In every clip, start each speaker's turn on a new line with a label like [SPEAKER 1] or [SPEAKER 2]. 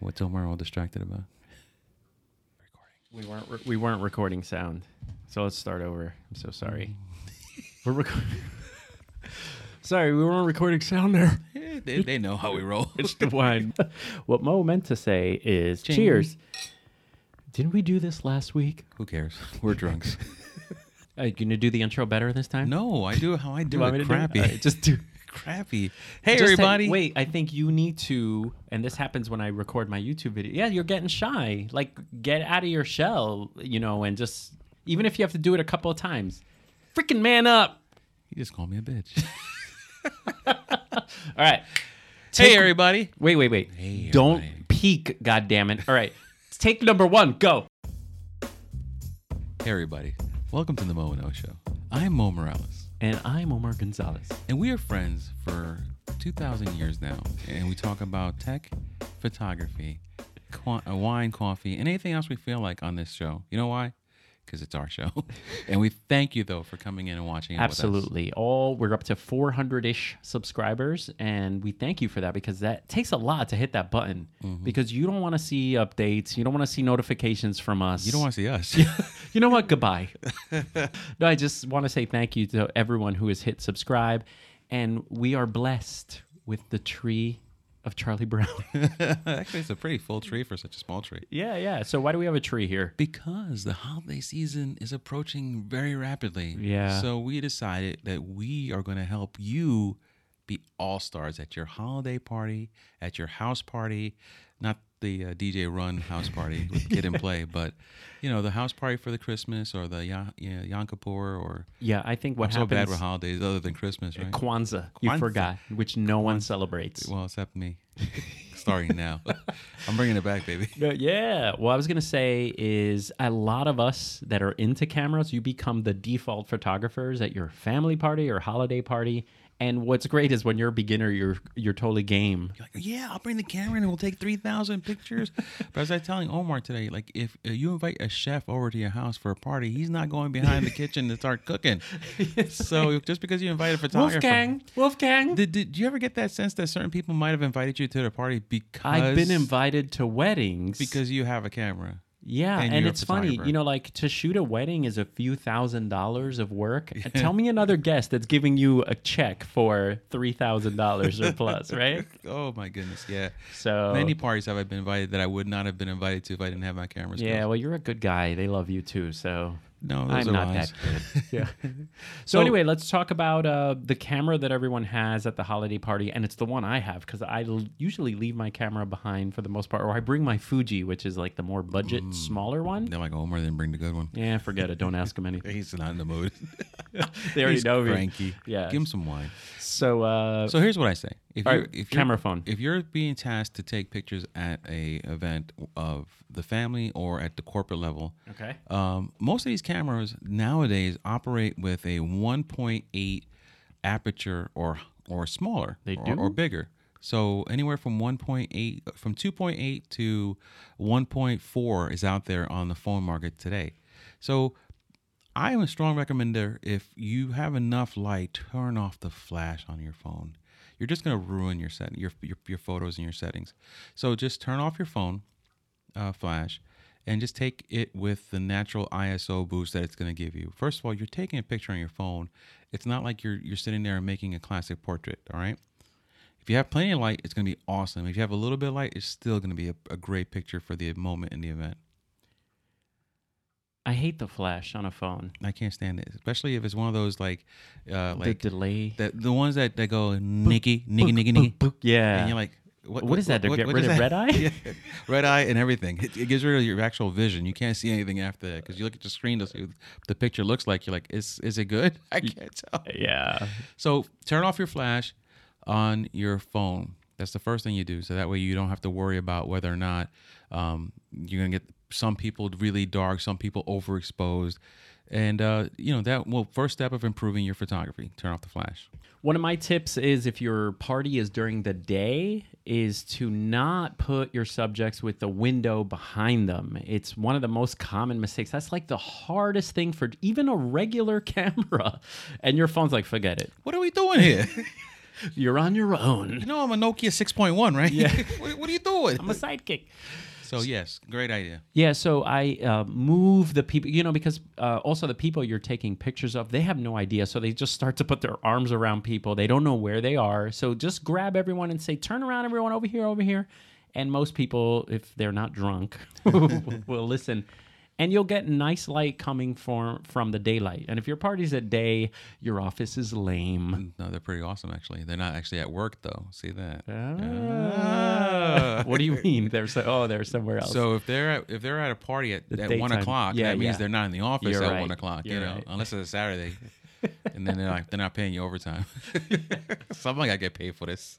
[SPEAKER 1] What's Omar all distracted about?
[SPEAKER 2] We weren't re- we weren't recording sound, so let's start over. I'm so sorry. We're recording. sorry, we weren't recording sound there.
[SPEAKER 1] Eh, they, they know how we roll.
[SPEAKER 2] It's the wine. what Mo meant to say is
[SPEAKER 1] Ching.
[SPEAKER 2] cheers. Didn't we do this last week?
[SPEAKER 1] Who cares? We're drunks.
[SPEAKER 2] Are you gonna do the intro better this time?
[SPEAKER 1] no, I do it how I
[SPEAKER 2] Do
[SPEAKER 1] do
[SPEAKER 2] you want
[SPEAKER 1] it.
[SPEAKER 2] me to do it?
[SPEAKER 1] Crappy.
[SPEAKER 2] All right, just do.
[SPEAKER 1] crappy. Hey
[SPEAKER 2] Just say-
[SPEAKER 1] everybody.
[SPEAKER 2] wait, I think you need to, and this happens when I record my YouTube video. Yeah, you're getting shy. Like, get out of your shell, you know, and just, even if you have to do it a couple of times, freaking man up.
[SPEAKER 1] You just called me a bitch.
[SPEAKER 2] All right.
[SPEAKER 1] hey everybody.
[SPEAKER 2] Wait, wait, wait.
[SPEAKER 1] Hey,
[SPEAKER 2] Don't
[SPEAKER 1] everybody.
[SPEAKER 2] peek, goddammit. All right. Take number one. Go.
[SPEAKER 1] Hey everybody. Welcome to the Mo and O Show. I'm Mo Morales,
[SPEAKER 2] And I'm Omar Gonzalez.
[SPEAKER 1] and we are friends for 2,000 years now, and we talk about tech, photography, qu- uh, wine, coffee, and anything else we feel like on this show. You know why? Because it's our show, and we thank you though for coming in and watching. it with us.
[SPEAKER 2] Absolutely. All we're up to 400 ish subscribers, and we thank you for that because that takes a lot to hit that button.
[SPEAKER 1] Mm-hmm.
[SPEAKER 2] Because you don't want to see updates, you don't want to see notifications from us.
[SPEAKER 1] You don't want to see us.
[SPEAKER 2] You know what? Goodbye. no, I just want to say thank you to everyone who has hit subscribe, and we are blessed with the tree of Charlie Brown.
[SPEAKER 1] Actually, it's a pretty full tree for such a small tree.
[SPEAKER 2] yeah, yeah. So why do we have a tree here?
[SPEAKER 1] Because the holiday season is approaching very rapidly.
[SPEAKER 2] Yeah.
[SPEAKER 1] So we decided that we are going to help you be all stars at your holiday party, at your house party, not the uh, DJ Run house party with Kid and Play, but you know the house party for the Christmas or the ya- yeah, Yom Kippur or
[SPEAKER 2] Yeah, I think what
[SPEAKER 1] so bad
[SPEAKER 2] happens.
[SPEAKER 1] with holidays other than Christmas, right?
[SPEAKER 2] Kwanzaa, you
[SPEAKER 1] Kwanzaa.
[SPEAKER 2] forgot, which no one celebrates.
[SPEAKER 1] Well, except me. Starting now, I'm bringing it back, baby.
[SPEAKER 2] No, yeah. What I was gonna say is a lot of us that are into cameras, you become the default photographers at your family party or holiday party. And what's great is when you're a beginner, you're you're totally game.
[SPEAKER 1] You're like, yeah, I'll bring the camera and we'll take 3,000 pictures. but as I was telling Omar today, like, if uh, you invite a chef over to your house for a party, he's not going behind the kitchen to start cooking. so just because you invite a photographer.
[SPEAKER 2] Wolfgang, Wolfgang.
[SPEAKER 1] Did, did you ever get that sense that certain people might have invited you to their party because
[SPEAKER 2] I've been invited to weddings
[SPEAKER 1] because you have a camera?
[SPEAKER 2] yeah,
[SPEAKER 1] and
[SPEAKER 2] and,
[SPEAKER 1] you're a
[SPEAKER 2] it's funny,
[SPEAKER 1] photographer.
[SPEAKER 2] you know, like to shoot a wedding is a few thousand dollars of work. Tell me another guest that's giving you a check for three thousand dollars or plus, right?
[SPEAKER 1] Oh my goodness, yeah.
[SPEAKER 2] So
[SPEAKER 1] Many parties have I been invited that I would not have been invited to if I didn't have my cameras.
[SPEAKER 2] yeah,
[SPEAKER 1] going.
[SPEAKER 2] well, you're a good guy. They love you too, so
[SPEAKER 1] no, those
[SPEAKER 2] I'm
[SPEAKER 1] are
[SPEAKER 2] not
[SPEAKER 1] lies.
[SPEAKER 2] that good. Yeah. so, anyway, let's talk about uh, the camera that everyone has at the holiday party, and it's the one I have because I l- usually leave my camera behind for the most part, or I bring my Fuji, which is like the more budget,
[SPEAKER 1] Mm,
[SPEAKER 2] smaller one.
[SPEAKER 1] They're like Omar didn't bring the good one.
[SPEAKER 2] Yeah, forget it. Don't ask him anything.
[SPEAKER 1] He's not in the mood.
[SPEAKER 2] They already
[SPEAKER 1] He's
[SPEAKER 2] know me.
[SPEAKER 1] cranky.
[SPEAKER 2] Yeah.
[SPEAKER 1] Give him some wine.
[SPEAKER 2] So, uh,
[SPEAKER 1] So here's what I say: if
[SPEAKER 2] all
[SPEAKER 1] you
[SPEAKER 2] right,
[SPEAKER 1] if you're-
[SPEAKER 2] camera phone.
[SPEAKER 1] if you're being tasked to take pictures at a event of the family or at the corporate level,
[SPEAKER 2] Okay.
[SPEAKER 1] um, most of these cameras nowadays operate with a 1.8 aperture or or smaller,
[SPEAKER 2] They
[SPEAKER 1] or,
[SPEAKER 2] do?
[SPEAKER 1] or bigger. So anywhere from 1.8 from 2.8 to 1.4 is out there on the phone market today. So I am a strong recommender if you have enough light, turn off the flash on your phone. You're just going to ruin your set, your, your your photos and your settings. So just turn off your phone uh, flash and just take it with the natural ISO boost that it's going to give you. First of all, you're taking a picture on your phone. It's not like you're you're sitting there and making a classic portrait, all right? If you have plenty of light, it's going to be awesome. If you have a little bit of light, it's still going to be a, a great picture for the moment in the event.
[SPEAKER 2] I hate the flash on a phone.
[SPEAKER 1] I can't stand it, especially if it's one of those like uh like
[SPEAKER 2] the delay.
[SPEAKER 1] the, the ones that, that go Nikki, Nikki, Nikki, Nikki.
[SPEAKER 2] yeah.
[SPEAKER 1] And you're like, what,
[SPEAKER 2] What is that? To get
[SPEAKER 1] is
[SPEAKER 2] rid of
[SPEAKER 1] that?
[SPEAKER 2] red eye?
[SPEAKER 1] Yeah. Red eye and everything. It, it gets rid of your actual vision. You can't see anything after that because you look at the screen to see what the picture looks like. You're like, is is it good? I can't tell.
[SPEAKER 2] yeah.
[SPEAKER 1] So turn off your flash on your phone. That's the first thing you do. So that way you don't have to worry about whether or not um, you're gonna get some people really dark, some people overexposed, and uh, you know that. Well, first step of improving your photography: turn off the flash.
[SPEAKER 2] One of my tips is if your party is during the day, is to not put your subjects with the window behind them. It's one of the most common mistakes. That's like the hardest thing for even a regular camera. And your phone's like, forget it.
[SPEAKER 1] What are we doing here?
[SPEAKER 2] You're on your own.
[SPEAKER 1] You know I'm a Nokia 6.1, right?
[SPEAKER 2] Yeah.
[SPEAKER 1] what, what are you doing?
[SPEAKER 2] I'm a sidekick.
[SPEAKER 1] So yes, great idea.
[SPEAKER 2] Yeah, so I uh, move the people, you know, because uh, also the people you're taking pictures of, they have no idea. So they just start to put their arms around people. They don't know where they are. So just grab everyone and say, turn around, everyone, over here, over here. And most people, if they're not drunk, will will listen. And you'll get nice light coming from from the daylight. And if your party's at day, your office is lame.
[SPEAKER 1] No, they're pretty awesome actually. They're not actually at work though. See that?
[SPEAKER 2] Ah. What do you mean? They're so, oh, they're somewhere else.
[SPEAKER 1] So if they're at, if they're at a party at, at one
[SPEAKER 2] daytime.
[SPEAKER 1] o'clock,
[SPEAKER 2] Yeah,
[SPEAKER 1] that means
[SPEAKER 2] yeah.
[SPEAKER 1] they're not in the office
[SPEAKER 2] You're
[SPEAKER 1] at
[SPEAKER 2] right.
[SPEAKER 1] one o'clock. you
[SPEAKER 2] You're
[SPEAKER 1] know,
[SPEAKER 2] right.
[SPEAKER 1] unless it's a Saturday, and then they're like they're not paying you overtime. Something I get paid for this.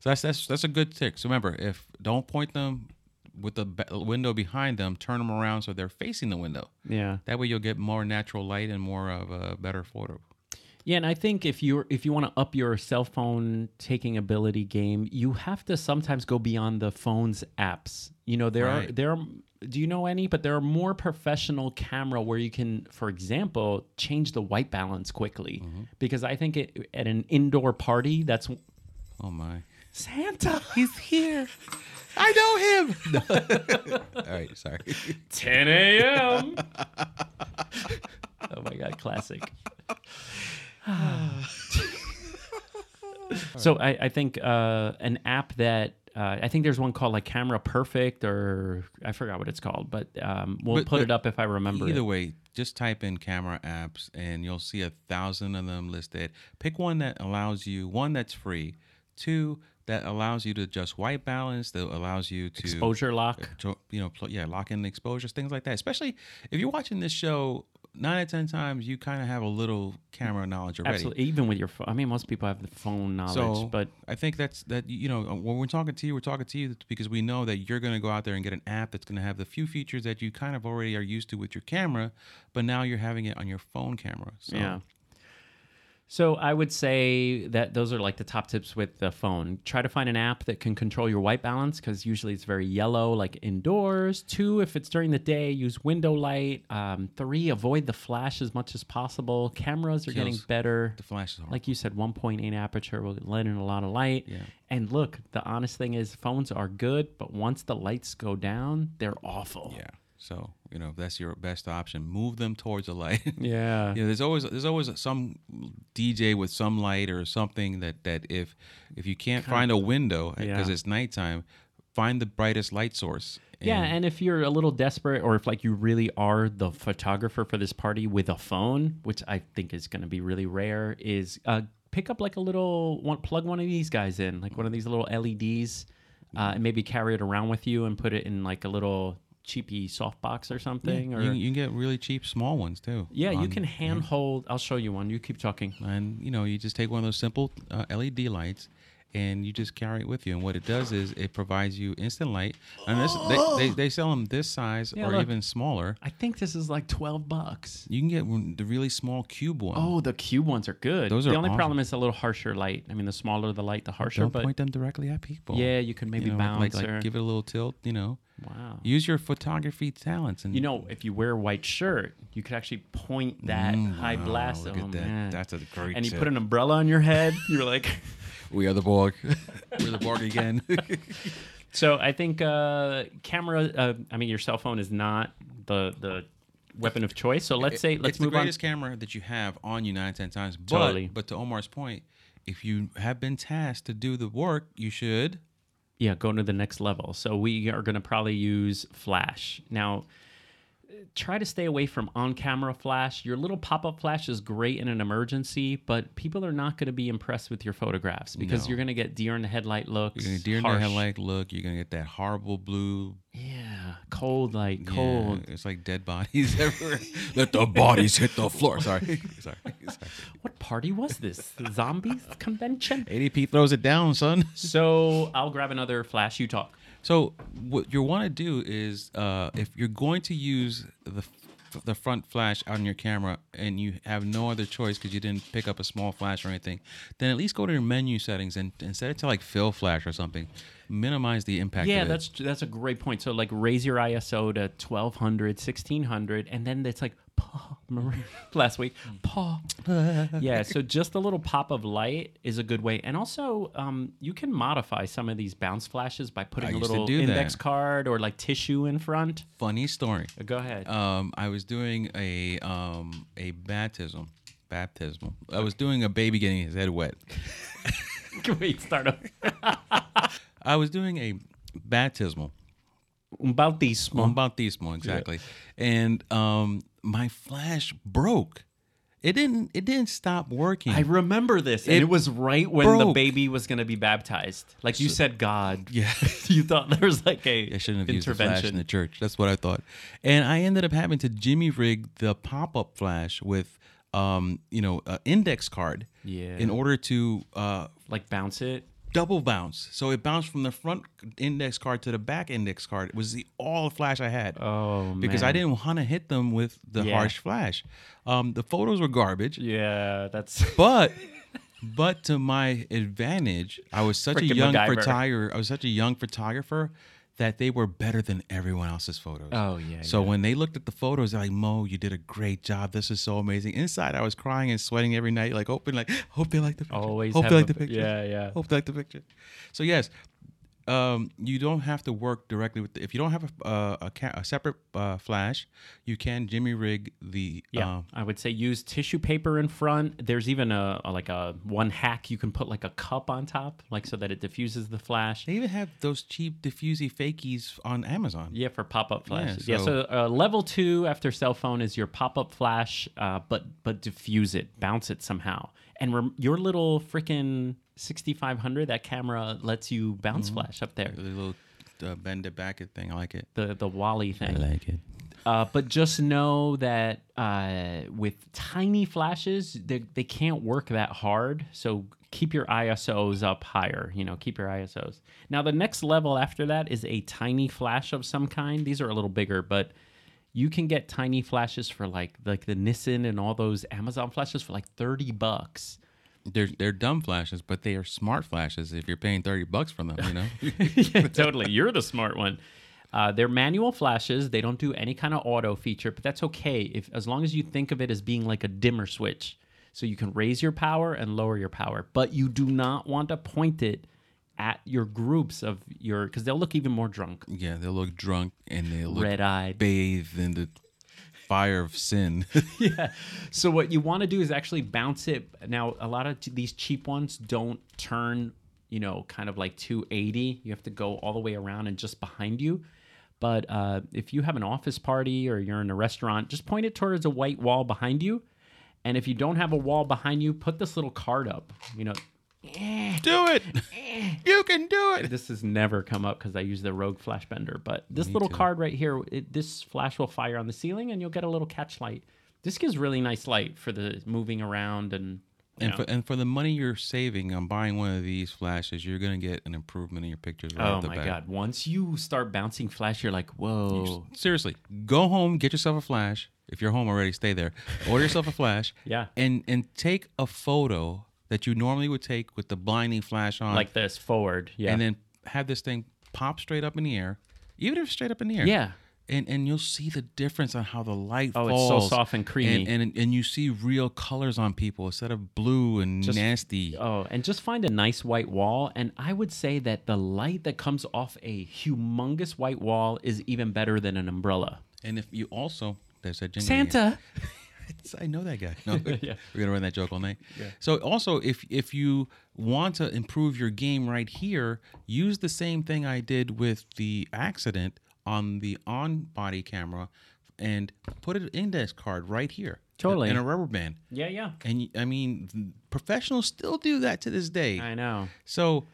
[SPEAKER 1] So that's that's that's a good tick. So remember, if don't point them with the be- window behind them, turn them around so they're facing the window.
[SPEAKER 2] yeah.
[SPEAKER 1] That way you'll get more natural light and more of a better photo.
[SPEAKER 2] Yeah, and I think if you're if you want to up your cell phone taking ability game, you have to sometimes go beyond the phone's apps. You know, there are
[SPEAKER 1] Right.
[SPEAKER 2] there are, do you know any, but there are more professional camera where you can, for example, change the white balance quickly. Because I think it, at an indoor party, that's
[SPEAKER 1] Oh my.
[SPEAKER 2] Santa. He's here.
[SPEAKER 1] I know him. All right, sorry.
[SPEAKER 2] 10 a.m. oh my god, classic. so I, I think uh, an app that uh, I think there's one called like Camera Perfect or I forgot what it's called, but um, we'll
[SPEAKER 1] But-
[SPEAKER 2] put
[SPEAKER 1] but
[SPEAKER 2] it up if I remember.
[SPEAKER 1] Either
[SPEAKER 2] It.
[SPEAKER 1] way, just type in camera apps and you'll see a thousand of them listed. Pick one that allows you one that's free, two that allows you to adjust white balance, that allows you to
[SPEAKER 2] Exposure lock.
[SPEAKER 1] to, you know, pl- yeah, lock in the exposures, things like that. Especially if you're watching this show, nine out of ten times you kind of have a little camera knowledge already.
[SPEAKER 2] Absolutely. Even with your phone. I mean, most people have the phone knowledge,
[SPEAKER 1] So,
[SPEAKER 2] but
[SPEAKER 1] I think that's that. You know, uh, when we're talking to you, we're talking to you because we know that you're going to go out there and get an app that's going to have the few features that you kind of already are used to with your camera, but now you're having it on your phone camera. So
[SPEAKER 2] Yeah. So I would say that those are like the top tips with the phone. Try to find an app that can control your white balance because usually it's very yellow, like indoors. Two, if it's during the day, use window light. Um, three, avoid the flash as much as possible. Cameras are getting
[SPEAKER 1] Kills.
[SPEAKER 2] better.
[SPEAKER 1] the flash is hard.
[SPEAKER 2] Like you said, 1.8 aperture will let in a lot of light.
[SPEAKER 1] Yeah.
[SPEAKER 2] And look, the honest thing is, phones are good, but once the lights go down, they're awful.
[SPEAKER 1] yeah. So you know, if that's your best option. Move them towards the light.
[SPEAKER 2] Yeah.
[SPEAKER 1] you know, there's always there's always some DJ with some light or something that that if if you can't find a window because
[SPEAKER 2] Yeah.
[SPEAKER 1] it's nighttime, find the brightest light source.
[SPEAKER 2] Yeah, and if you're a little desperate, or if like you really are the photographer for this party with a phone, which I think is going to be really rare, is uh, pick up like a little one, plug one of these guys in, like one of these little LEDs, uh, and maybe carry it around with you and put it in like a little cheapy softbox or something.
[SPEAKER 1] you,
[SPEAKER 2] or
[SPEAKER 1] you can get really cheap small ones too.
[SPEAKER 2] yeah, you
[SPEAKER 1] on-
[SPEAKER 2] can hand hold. I'll show you one. You keep talking.
[SPEAKER 1] and you know you just take one of those simple uh, led lights and you just carry it with you and what it does is it provides you instant light and this, they, they, they sell them this size
[SPEAKER 2] Yeah,
[SPEAKER 1] or
[SPEAKER 2] look.
[SPEAKER 1] even smaller
[SPEAKER 2] I think this is like twelve bucks.
[SPEAKER 1] you can get one- the really small cube one.
[SPEAKER 2] Oh, the cube ones are good.
[SPEAKER 1] Those
[SPEAKER 2] the
[SPEAKER 1] are
[SPEAKER 2] only
[SPEAKER 1] awesome.
[SPEAKER 2] problem is a little harsher light. I mean, the smaller the light, the harsher.
[SPEAKER 1] don't
[SPEAKER 2] but
[SPEAKER 1] point them directly at people
[SPEAKER 2] yeah, you can maybe
[SPEAKER 1] you know,
[SPEAKER 2] bounce
[SPEAKER 1] like, like,
[SPEAKER 2] or
[SPEAKER 1] like give it a little tilt you know
[SPEAKER 2] Wow.
[SPEAKER 1] use your photography talents and
[SPEAKER 2] You know, if you wear a white shirt, you could actually point that high
[SPEAKER 1] Mm, wow,
[SPEAKER 2] blast.
[SPEAKER 1] look
[SPEAKER 2] oh,
[SPEAKER 1] at that.
[SPEAKER 2] man.
[SPEAKER 1] That's a great
[SPEAKER 2] And you
[SPEAKER 1] tip.
[SPEAKER 2] put an umbrella on your head. You're like,
[SPEAKER 1] we are the borg we're the borg again
[SPEAKER 2] so I think uh, camera. Uh, I mean, your cell phone is not the the weapon of choice. So let's say let's
[SPEAKER 1] it's
[SPEAKER 2] move
[SPEAKER 1] the
[SPEAKER 2] on.
[SPEAKER 1] greatest camera that you have on you nine ten times. But,
[SPEAKER 2] Totally.
[SPEAKER 1] But to Omar's point, if you have been tasked to do the work, you should.
[SPEAKER 2] yeah, going to the next level. So we are going to probably use flash. Now, try to stay away from on camera flash. Your little pop up flash is great in an emergency, but people are not going to be impressed with your photographs because
[SPEAKER 1] No.
[SPEAKER 2] you're going to get deer in the headlight looks.
[SPEAKER 1] You're gonna deer in the
[SPEAKER 2] harsh.
[SPEAKER 1] headlight look. You're gonna get that horrible blue.
[SPEAKER 2] Yeah, cold like
[SPEAKER 1] yeah,
[SPEAKER 2] cold.
[SPEAKER 1] it's like dead bodies everywhere. Let the bodies hit the floor. Sorry, sorry, sorry.
[SPEAKER 2] What party was this? Zombies convention?
[SPEAKER 1] ADP throws it down, son.
[SPEAKER 2] So I'll grab another flash. You talk.
[SPEAKER 1] So what you want to do is, uh, if you're going to use the f- the front flash on your camera and you have no other choice because you didn't pick up a small flash or anything, then at least go to your menu settings and, and set it to like fill flash or something. Minimize the impact.
[SPEAKER 2] Yeah,
[SPEAKER 1] of it.
[SPEAKER 2] that's that's a great point. So like raise your ISO to 1200, 1600 and then it's like Paul Maria last week.
[SPEAKER 1] Mm.
[SPEAKER 2] Paul. yeah, so just a little pop of light is a good way. And also, um, you can modify some of these bounce flashes by putting
[SPEAKER 1] I
[SPEAKER 2] a
[SPEAKER 1] used to
[SPEAKER 2] little
[SPEAKER 1] do
[SPEAKER 2] index
[SPEAKER 1] that.
[SPEAKER 2] card or like tissue in front.
[SPEAKER 1] Funny story.
[SPEAKER 2] Uh, Go ahead.
[SPEAKER 1] Um, I was doing a um a baptism, baptismal. I was doing a baby getting his head wet.
[SPEAKER 2] Can we start over?
[SPEAKER 1] I was doing a baptismal.
[SPEAKER 2] Un bautismo.
[SPEAKER 1] Un bautismo, exactly. And um, my flash broke. It didn't. It didn't stop working.
[SPEAKER 2] I remember this, and
[SPEAKER 1] It
[SPEAKER 2] it, was right when the
[SPEAKER 1] broke.
[SPEAKER 2] baby was going to be baptized. Like you said, God.
[SPEAKER 1] yeah.
[SPEAKER 2] you thought there was like a
[SPEAKER 1] I shouldn't have used the flash in
[SPEAKER 2] intervention.
[SPEAKER 1] the church. That's what I thought. And I ended up having to jimmy rig the pop up flash with, um, you know, an index card.
[SPEAKER 2] Yeah.
[SPEAKER 1] In order to uh,
[SPEAKER 2] like bounce it.
[SPEAKER 1] double bounce, so it bounced from the front index card to the back index card. It was the all flash I had.
[SPEAKER 2] Oh
[SPEAKER 1] because I didn't want to hit them with the
[SPEAKER 2] Yeah.
[SPEAKER 1] harsh flash. Um, the photos were garbage.
[SPEAKER 2] Yeah, that's
[SPEAKER 1] but but to my advantage, I was such a
[SPEAKER 2] Frickin'
[SPEAKER 1] young
[SPEAKER 2] MacGyver.
[SPEAKER 1] photographer. I was such a young photographer that they were better than everyone else's photos.
[SPEAKER 2] Oh, yeah,
[SPEAKER 1] So when they looked at the photos, they're like, "Mo, you did a great job. This is so amazing." Inside, I was crying and sweating every night, like hoping, like hope they like the picture.
[SPEAKER 2] always
[SPEAKER 1] hope
[SPEAKER 2] have
[SPEAKER 1] they like
[SPEAKER 2] a-
[SPEAKER 1] the picture.
[SPEAKER 2] Yeah, yeah.
[SPEAKER 1] Hope they like the picture. So yes, um, you don't have to work directly with. The, if you don't have a a, a, ca- a separate uh, flash, you can jimmy rig the.
[SPEAKER 2] Yeah,
[SPEAKER 1] um,
[SPEAKER 2] I would say use tissue paper in front. There's even a, a- like a one hack you can put like a cup on top, like so that it diffuses the flash.
[SPEAKER 1] they even have those cheap diffusey fakies on Amazon.
[SPEAKER 2] Yeah, for pop-up flashes. Yeah, so,
[SPEAKER 1] so-
[SPEAKER 2] uh, level two after cell phone is your pop-up flash, uh, but but diffuse it, bounce it somehow, and rem- your little freaking 6500 that camera lets you bounce flash up there.
[SPEAKER 1] The little uh, bend it back it thing. I like it.
[SPEAKER 2] The the Wally thing.
[SPEAKER 1] like it.
[SPEAKER 2] Uh, but just know that uh, with tiny flashes, they, they can't work that hard. So keep your ISOs up higher. You know, keep your ISOs. Now, the next level after that is a tiny flash of some kind. These are a little bigger, but you can get tiny flashes for like like the Nissan and all those Amazon flashes for like thirty bucks.
[SPEAKER 1] They're they're dumb flashes, but they are smart flashes. If you're paying thirty bucks for them, you know.
[SPEAKER 2] yeah, totally. You're the smart one. Uh, they're manual flashes. They don't do any kind of auto feature, but that's okay if as long as you think of it as being like a dimmer switch. So you can raise your power and lower your power, but you do not want to point it at your groups of your because they'll look even more drunk,
[SPEAKER 1] yeah, they look drunk and they look
[SPEAKER 2] red eyed.
[SPEAKER 1] bathed in the fire of sin.
[SPEAKER 2] So what you want to do is actually bounce it. Now a lot of t- these cheap ones don't turn, you know, kind of like 280. You have to go all the way around and just behind you. But uh, if you have an office party or you're in a restaurant, just point it towards a white wall behind you. And if you don't have a wall behind you, put this little card up. You know,
[SPEAKER 1] do it. you can do it.
[SPEAKER 2] this has never come up because I use the Rogue Flash Bender, but this little card right here, it, this flash will fire on the ceiling, and you'll get a little catch light. This gives really nice light for the moving around and. you
[SPEAKER 1] And
[SPEAKER 2] know.
[SPEAKER 1] for, and for the money you're saving on buying one of these flashes, you're gonna get an improvement in your pictures. Right
[SPEAKER 2] Oh
[SPEAKER 1] off the
[SPEAKER 2] my
[SPEAKER 1] bat.
[SPEAKER 2] god! Once you start bouncing flash, you're like, whoa.
[SPEAKER 1] Oh. Seriously, go home, get yourself a flash. If you're home already, stay there. Order yourself a flash.
[SPEAKER 2] Yeah.
[SPEAKER 1] And and take a photo that you normally would take with the blinding flash on,
[SPEAKER 2] Like this forward, yeah.
[SPEAKER 1] and then have this thing pop straight up in the air, even if it's straight up in the air.
[SPEAKER 2] Yeah.
[SPEAKER 1] And and you'll see the difference on how the light
[SPEAKER 2] Oh, it's
[SPEAKER 1] falls.
[SPEAKER 2] so soft and creamy.
[SPEAKER 1] And, and and you see real colors on people instead of blue and nasty.
[SPEAKER 2] oh, and just find a nice white wall. And I would say that the light that comes off a humongous white wall is even better than an umbrella.
[SPEAKER 1] And if you also there's that jingle again.
[SPEAKER 2] Santa.
[SPEAKER 1] It's- I know that guy. No, we're gonna run that joke all night. So also, if if you want to improve your game right here, use the same thing I did with the accident on the on body camera, and put an index card right here.
[SPEAKER 2] Totally.
[SPEAKER 1] And a rubber band.
[SPEAKER 2] Yeah, yeah.
[SPEAKER 1] And y- I mean, professionals still do that to this day.
[SPEAKER 2] I know.
[SPEAKER 1] So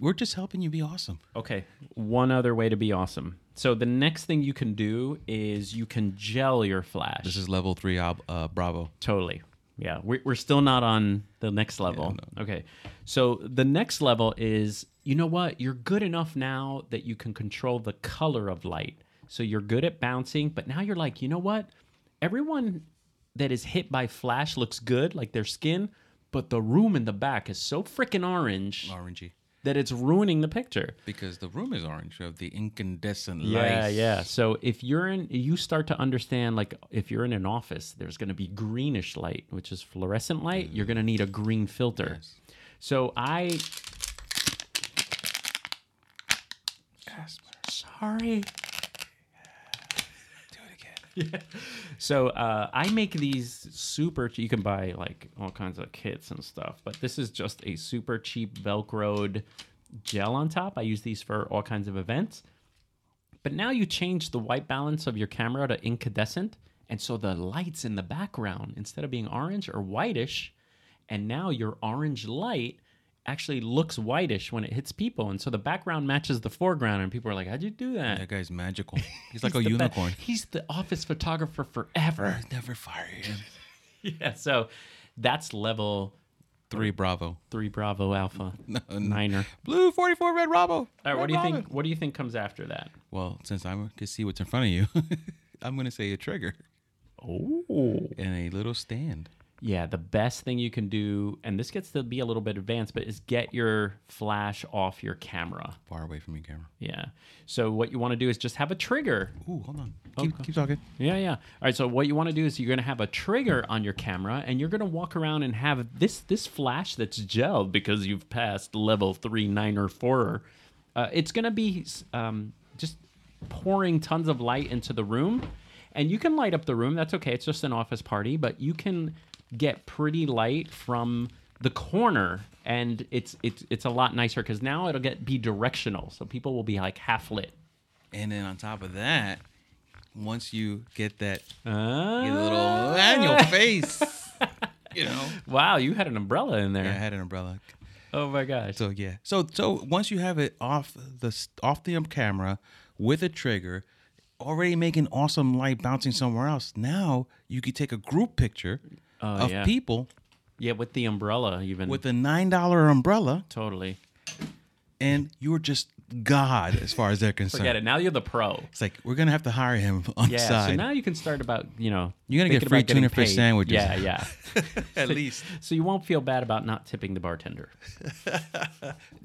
[SPEAKER 1] we're just helping you be awesome.
[SPEAKER 2] Okay. One other way to be awesome. So the next thing you can do is you can gel your flash.
[SPEAKER 1] This is level three, ob- uh, Bravo.
[SPEAKER 2] Totally. Yeah. We're, we're still not on the next level. Okay. So the next level is you know what? You're good enough now that you can control the color of light. So you're good at bouncing, but now you're like, you know what? Everyone that is hit by flash looks good, like their skin, but the room in the back is so freaking orange
[SPEAKER 1] Orangey.
[SPEAKER 2] that it's ruining the picture.
[SPEAKER 1] because the room is orange of the incandescent
[SPEAKER 2] Yeah,
[SPEAKER 1] lights.
[SPEAKER 2] yeah. So if you're in, you start to understand like if you're in an office, there's going to be greenish light, which is fluorescent light. You're going to need a green filter. So I,
[SPEAKER 1] Asthma.
[SPEAKER 2] sorry.
[SPEAKER 1] Do it again.
[SPEAKER 2] So uh, I make these super. che- You can buy like all kinds of kits and stuff, but this is just a super cheap Velcroed gel on top. I use these for all kinds of events. But now you change the white balance of your camera to incandescent, and so the lights in the background instead of being orange are whitish, and now your orange light actually looks whitish when it hits people, and so the background matches the foreground, and people are like, "How'd you do that?"
[SPEAKER 1] That guy's magical. He's like a
[SPEAKER 2] the be-
[SPEAKER 1] unicorn.
[SPEAKER 2] He's the office photographer forever.
[SPEAKER 1] Never fire him.
[SPEAKER 2] Yeah, so that's level
[SPEAKER 1] Three Bravo.
[SPEAKER 2] three Bravo Alpha Niner.
[SPEAKER 1] Blue 44 Red Bravo.
[SPEAKER 2] All right,
[SPEAKER 1] Red
[SPEAKER 2] what do you
[SPEAKER 1] Robin.
[SPEAKER 2] think? What do you think comes after that?
[SPEAKER 1] Well, since I can see what's in front of you, I'm going to say a trigger
[SPEAKER 2] Oh,
[SPEAKER 1] and a little stand.
[SPEAKER 2] yeah. The best thing you can do, and this gets to be a little bit advanced, but is get your flash off your camera.
[SPEAKER 1] Far away from your camera.
[SPEAKER 2] Yeah. So what you want to do is just have a trigger.
[SPEAKER 1] Ooh, hold on. Keep, keep talking.
[SPEAKER 2] Yeah, yeah. All right. So what you want to do is you're going to have a trigger on your camera, and you're going to walk around and have this this flash that's gelled because you've passed level three, nine, or four. Uh, it's going to be um, just pouring tons of light into the room, and you can light up the room. That's okay. It's just an office party, but you can get pretty light from the corner and it's it's it's a lot nicer because now it'll get be directional so people will be like half lit
[SPEAKER 1] And then on top of that, once you get that
[SPEAKER 2] ah.
[SPEAKER 1] get a little on your face, you know.
[SPEAKER 2] wow you had an umbrella in there
[SPEAKER 1] Yeah, I had an umbrella.
[SPEAKER 2] Oh my gosh.
[SPEAKER 1] So yeah. So so once you have it off the s- off the um, camera with a trigger, already making awesome light bouncing somewhere else. Now you can take a group picture
[SPEAKER 2] Oh,
[SPEAKER 1] of
[SPEAKER 2] yeah.
[SPEAKER 1] people
[SPEAKER 2] yeah, with the umbrella even
[SPEAKER 1] with a nine dollar umbrella,
[SPEAKER 2] totally.
[SPEAKER 1] and you're just god as far as they're concerned.
[SPEAKER 2] Forget it. Now you're the pro.
[SPEAKER 1] It's like we're gonna have to hire him on
[SPEAKER 2] Yeah.
[SPEAKER 1] the side.
[SPEAKER 2] So now you can start about, you know,
[SPEAKER 1] You're gonna get
[SPEAKER 2] thinking
[SPEAKER 1] free
[SPEAKER 2] about getting
[SPEAKER 1] tuna fish
[SPEAKER 2] paid.
[SPEAKER 1] sandwiches.
[SPEAKER 2] Yeah, yeah.
[SPEAKER 1] At least
[SPEAKER 2] so you won't feel bad about not tipping the bartender.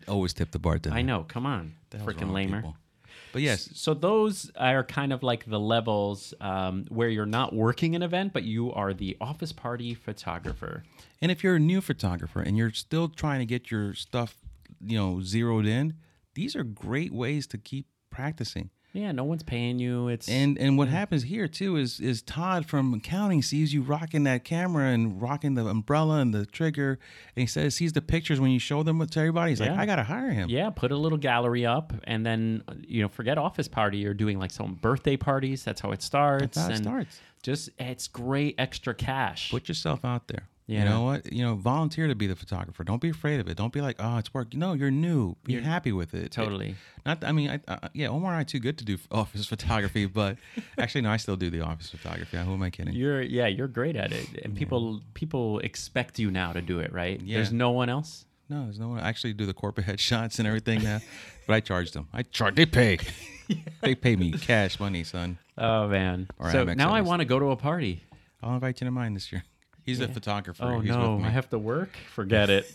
[SPEAKER 1] always tip the bartender.
[SPEAKER 2] I know, come on.
[SPEAKER 1] What the hell's wrong
[SPEAKER 2] Freaking
[SPEAKER 1] with
[SPEAKER 2] lamer.
[SPEAKER 1] people? But yes,
[SPEAKER 2] So those are kind of like the levels um, where you're not working an event, but you are the office party photographer.
[SPEAKER 1] And if you're a new photographer and you're still trying to get your stuff, you know, zeroed in, these are great ways to keep practicing.
[SPEAKER 2] Yeah, no one's paying you. It's
[SPEAKER 1] And and what happens here too is is Todd from accounting sees you rocking that camera and rocking the umbrella and the trigger, and he says sees the pictures when you show them to everybody. He's like,
[SPEAKER 2] Yeah.
[SPEAKER 1] I gotta hire him.
[SPEAKER 2] Yeah, put a little gallery up, and then uh, you know, forget office party. You're doing like some birthday parties. That's how it starts.
[SPEAKER 1] how it
[SPEAKER 2] and
[SPEAKER 1] starts.
[SPEAKER 2] Just it's great extra cash.
[SPEAKER 1] Put yourself out there. You
[SPEAKER 2] Yeah.
[SPEAKER 1] know what? You know, volunteer to be the photographer. Don't be afraid of it. Don't be like, oh, it's work. No, you're new. Be happy with it.
[SPEAKER 2] totally.
[SPEAKER 1] Not, I mean, I, I, yeah, Omar and I too good to do office photography, but actually, no, I still do the office photography. Who am I kidding?
[SPEAKER 2] You're yeah, you're great at it, and people people expect you now to do it. Right?
[SPEAKER 1] Yeah.
[SPEAKER 2] There's no one else.
[SPEAKER 1] no, there's no one. I actually do the corporate headshots and everything now, but I charge them. I charge. They pay. They pay me cash money, son.
[SPEAKER 2] Oh man.
[SPEAKER 1] Or
[SPEAKER 2] so
[SPEAKER 1] Amex,
[SPEAKER 2] now
[SPEAKER 1] at
[SPEAKER 2] I
[SPEAKER 1] least.
[SPEAKER 2] want to go to a party.
[SPEAKER 1] I'll invite you to mine this year. He's a photographer.
[SPEAKER 2] Oh
[SPEAKER 1] He's
[SPEAKER 2] no,
[SPEAKER 1] with me.
[SPEAKER 2] I have to work. Forget it.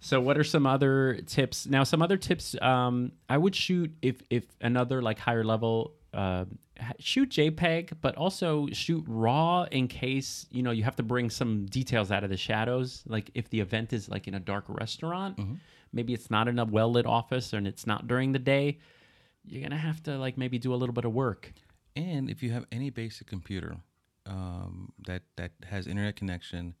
[SPEAKER 2] so, what are some other tips? Now, some other tips. Um, I would shoot if if another like higher level. Uh, ha- shoot JPEG, but also shoot RAW in case you know you have to bring some details out of the shadows. Like if the event is like in a dark restaurant,
[SPEAKER 1] Mm-hmm.
[SPEAKER 2] maybe it's not in a well lit office and it's not during the day. You're gonna have to like maybe do a little bit of work.
[SPEAKER 1] And if you have any basic computer um, that that has internet connection,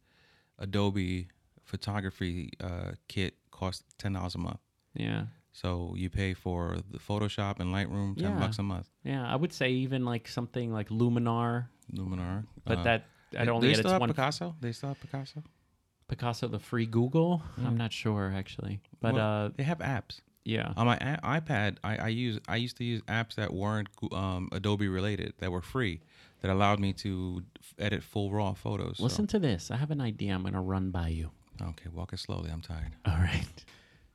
[SPEAKER 1] Adobe photography uh, kit costs ten dollars a month.
[SPEAKER 2] Yeah.
[SPEAKER 1] So you pay for the Photoshop and Lightroom, ten
[SPEAKER 2] Yeah.
[SPEAKER 1] bucks a month.
[SPEAKER 2] Yeah, I would say even like something like Luminar,
[SPEAKER 1] Luminar,
[SPEAKER 2] but
[SPEAKER 1] Uh,
[SPEAKER 2] that I'd
[SPEAKER 1] they-
[SPEAKER 2] only
[SPEAKER 1] they
[SPEAKER 2] get
[SPEAKER 1] still
[SPEAKER 2] it's
[SPEAKER 1] have
[SPEAKER 2] one
[SPEAKER 1] Picasso. They still have Picasso.
[SPEAKER 2] Picasso, the free Google. I'm not sure actually, but
[SPEAKER 1] Mm. Well, uh,
[SPEAKER 2] uh,
[SPEAKER 1] they have apps
[SPEAKER 2] yeah,
[SPEAKER 1] on my a- iPad. I, I use I used to use apps that weren't Goo- um, Adobe related that were free that allowed me to f- edit full raw photos. So-
[SPEAKER 2] listen to this. I have an idea. I'm gonna run by you.
[SPEAKER 1] Okay, walk it slowly. I'm tired.
[SPEAKER 2] All right.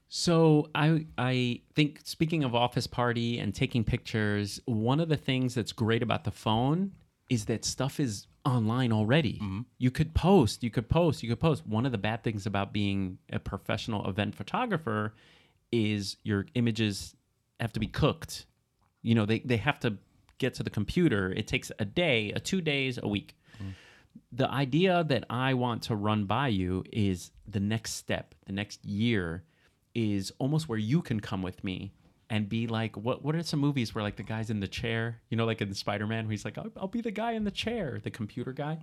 [SPEAKER 2] So I I think speaking of office party and taking pictures, one of the things that's great about the phone is that stuff is online already. You could post, you could post, you could post. One of the bad things about being a professional event photographer is your images have to be cooked. You know, they, they have to get to the computer. It takes a day, a two days, a week. The idea that I want to run by you is the next step, the next year is almost where you can come with me and be like, what what are some movies where like the guy's in the chair? You know, like in Spider Man, where he's like, I'll, I'll be the guy in the chair, the computer guy.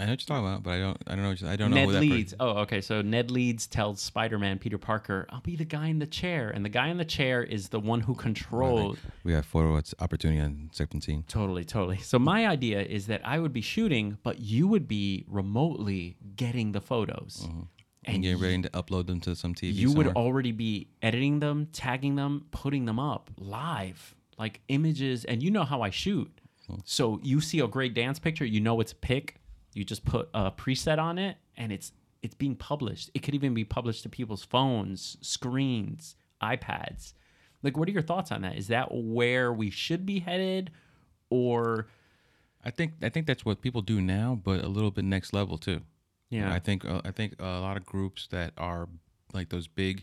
[SPEAKER 1] I know what you're talking about, but I don't. I don't know. What you I don't know.
[SPEAKER 2] Ned
[SPEAKER 1] who that person-
[SPEAKER 2] Leeds. Oh, okay. So Ned Leeds tells Spider Man, Peter Parker, I'll be the guy in the chair. And the guy in the chair is the one who controls.
[SPEAKER 1] We have photo opportunity on seventeen.
[SPEAKER 2] Totally, totally. So my idea is that I would be shooting, but you would be remotely getting the photos.
[SPEAKER 1] Mm-hmm. and getting ready to upload them to some TV.
[SPEAKER 2] You would
[SPEAKER 1] somewhere.
[SPEAKER 2] already be editing them, tagging them, putting them up live, like images. And you know how I shoot. So you see a great dance picture, you know it's a pic. You just put a preset on it, and it's it's being published. It could even be published to people's phones, screens, iPads. Like, what are your thoughts on that? Is that where we should be headed, or
[SPEAKER 1] I think I think that's what people do now, but a little bit next level too.
[SPEAKER 2] Yeah.
[SPEAKER 1] I think uh, I think a lot of groups that are like those big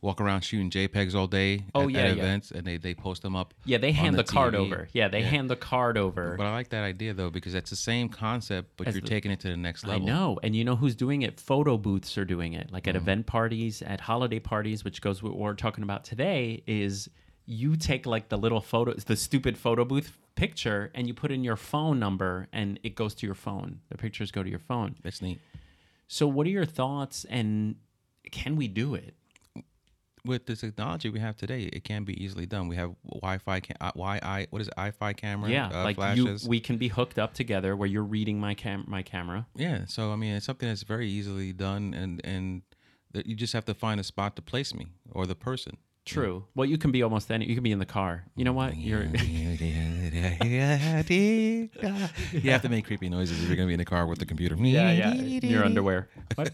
[SPEAKER 1] walk around shooting JPEGs all day
[SPEAKER 2] Oh,
[SPEAKER 1] at,
[SPEAKER 2] yeah,
[SPEAKER 1] at
[SPEAKER 2] yeah.
[SPEAKER 1] events, and they they post them up.
[SPEAKER 2] yeah, they
[SPEAKER 1] on
[SPEAKER 2] hand the, card
[SPEAKER 1] TV.
[SPEAKER 2] over. Yeah, they hand the card over.
[SPEAKER 1] But I like that idea though because it's the same concept, but you're taking it to the next level. Mm-hmm.
[SPEAKER 2] I know. And you know who's doing it? Photo booths are doing it. Like at event parties, at holiday parties, which goes with what we're talking about today, is you take like the little photo, the stupid photo booth picture, and you put in your phone number and it goes to your phone. The pictures go to your phone.
[SPEAKER 1] That's neat.
[SPEAKER 2] So, what are your thoughts and can we do it?
[SPEAKER 1] With the technology we have today, it can be easily done. We have Wi-Fi, ca- uh, Wi-I, what is it, Wi-Fi camera?
[SPEAKER 2] Yeah,
[SPEAKER 1] uh,
[SPEAKER 2] like
[SPEAKER 1] flashes.
[SPEAKER 2] you, we can be hooked up together where you're reading my cam, my camera.
[SPEAKER 1] yeah. So I mean, it's something that's very easily done, and and that you just have to find a spot to place me or the person.
[SPEAKER 2] True. Well, you can be almost any. You can be in the car. You know
[SPEAKER 1] Mm,
[SPEAKER 2] what? You're
[SPEAKER 1] you have to make creepy noises if you're gonna be in the car with the computer.
[SPEAKER 2] Yeah, yeah. in Your underwear. What?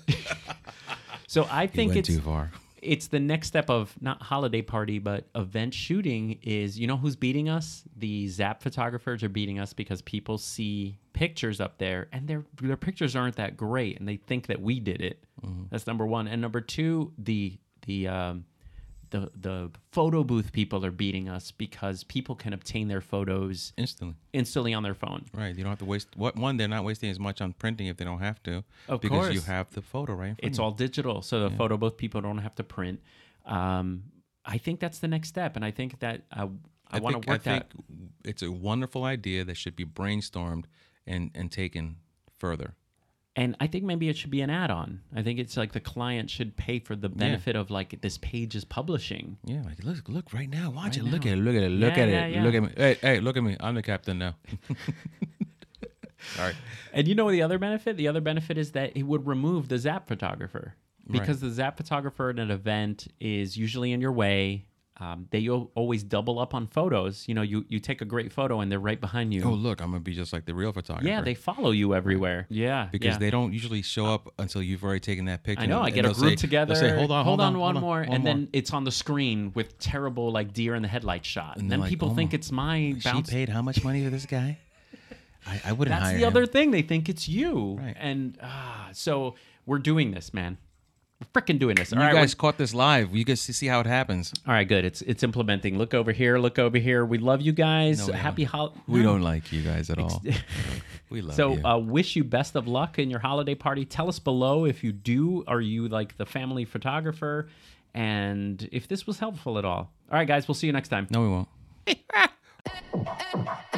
[SPEAKER 2] so I
[SPEAKER 1] You
[SPEAKER 2] think
[SPEAKER 1] went
[SPEAKER 2] it's
[SPEAKER 1] too far.
[SPEAKER 2] it's the next step of not holiday party but event shooting is you know who's beating us? The Zap photographers are beating us because people see pictures up there and their their pictures aren't that great and they think that we did it. That's number one. And number two, the the um the, the photo booth people are beating us because people can obtain their photos
[SPEAKER 1] Instantly,
[SPEAKER 2] instantly on their phone.
[SPEAKER 1] right? You don't have to waste. What one? They're not wasting as much on printing if they don't have to,
[SPEAKER 2] Of
[SPEAKER 1] because you
[SPEAKER 2] course.
[SPEAKER 1] have the photo right. In front
[SPEAKER 2] it's all digital so the photo booth people don't have to print um, i think that's the next step and i think that i, I, want
[SPEAKER 1] think-
[SPEAKER 2] to work
[SPEAKER 1] I
[SPEAKER 2] that
[SPEAKER 1] think it's a wonderful idea that should be brainstormed and and taken further.
[SPEAKER 2] and i think maybe it should be an add-on i think it's like the client should pay for the benefit of like this page is publishing
[SPEAKER 1] Yeah, like look, look right now. Watch it. Look at it. Look at it. Look
[SPEAKER 2] Yeah,
[SPEAKER 1] at
[SPEAKER 2] yeah,
[SPEAKER 1] it.
[SPEAKER 2] yeah.
[SPEAKER 1] Look at me. Hey, hey, look at me. I'm the captain now. All right.
[SPEAKER 2] and you know the other benefit the other benefit is that it would remove the zap photographer because the zap photographer at an event is usually in your way um, they al- always double up on photos you know you, you take a great photo and they're right behind you
[SPEAKER 1] Oh, look, I'm gonna be just like the real photographer.
[SPEAKER 2] yeah they follow you everywhere yeah
[SPEAKER 1] because
[SPEAKER 2] yeah.
[SPEAKER 1] they don't usually show up until you've already taken that picture.
[SPEAKER 2] I know.
[SPEAKER 1] And-
[SPEAKER 2] I
[SPEAKER 1] and
[SPEAKER 2] get a
[SPEAKER 1] they'll
[SPEAKER 2] group
[SPEAKER 1] say-
[SPEAKER 2] together.
[SPEAKER 1] They'll say, hold on, hold,
[SPEAKER 2] on, one
[SPEAKER 1] hold
[SPEAKER 2] more, and then it's on the screen with terrible like deer in the headlight shot. And
[SPEAKER 1] they're
[SPEAKER 2] then
[SPEAKER 1] like,
[SPEAKER 2] people
[SPEAKER 1] "Oh
[SPEAKER 2] think
[SPEAKER 1] my-
[SPEAKER 2] it's my
[SPEAKER 1] she
[SPEAKER 2] bounce.
[SPEAKER 1] paid how much money to this guy? I, I wouldn't
[SPEAKER 2] That's
[SPEAKER 1] hire
[SPEAKER 2] the other
[SPEAKER 1] him.
[SPEAKER 2] thing. They think it's you.
[SPEAKER 1] Right.
[SPEAKER 2] And ah, so we're doing this, man. We're freaking doing this. All
[SPEAKER 1] You
[SPEAKER 2] right,
[SPEAKER 1] guys caught this live. You guys see how it happens.
[SPEAKER 2] we're- all right, good. It's it's implementing. Look over here. Look over here. We love you guys.
[SPEAKER 1] we don't.
[SPEAKER 2] Happy holiday.
[SPEAKER 1] We don't like you guys at all. we love
[SPEAKER 2] So,
[SPEAKER 1] you.
[SPEAKER 2] uh, wish you best of luck in your holiday party. Tell us below if you do. Are you like the family photographer? And if this was helpful at all. All right, guys, we'll see you next time.
[SPEAKER 1] no, we won't.
[SPEAKER 3] Hey,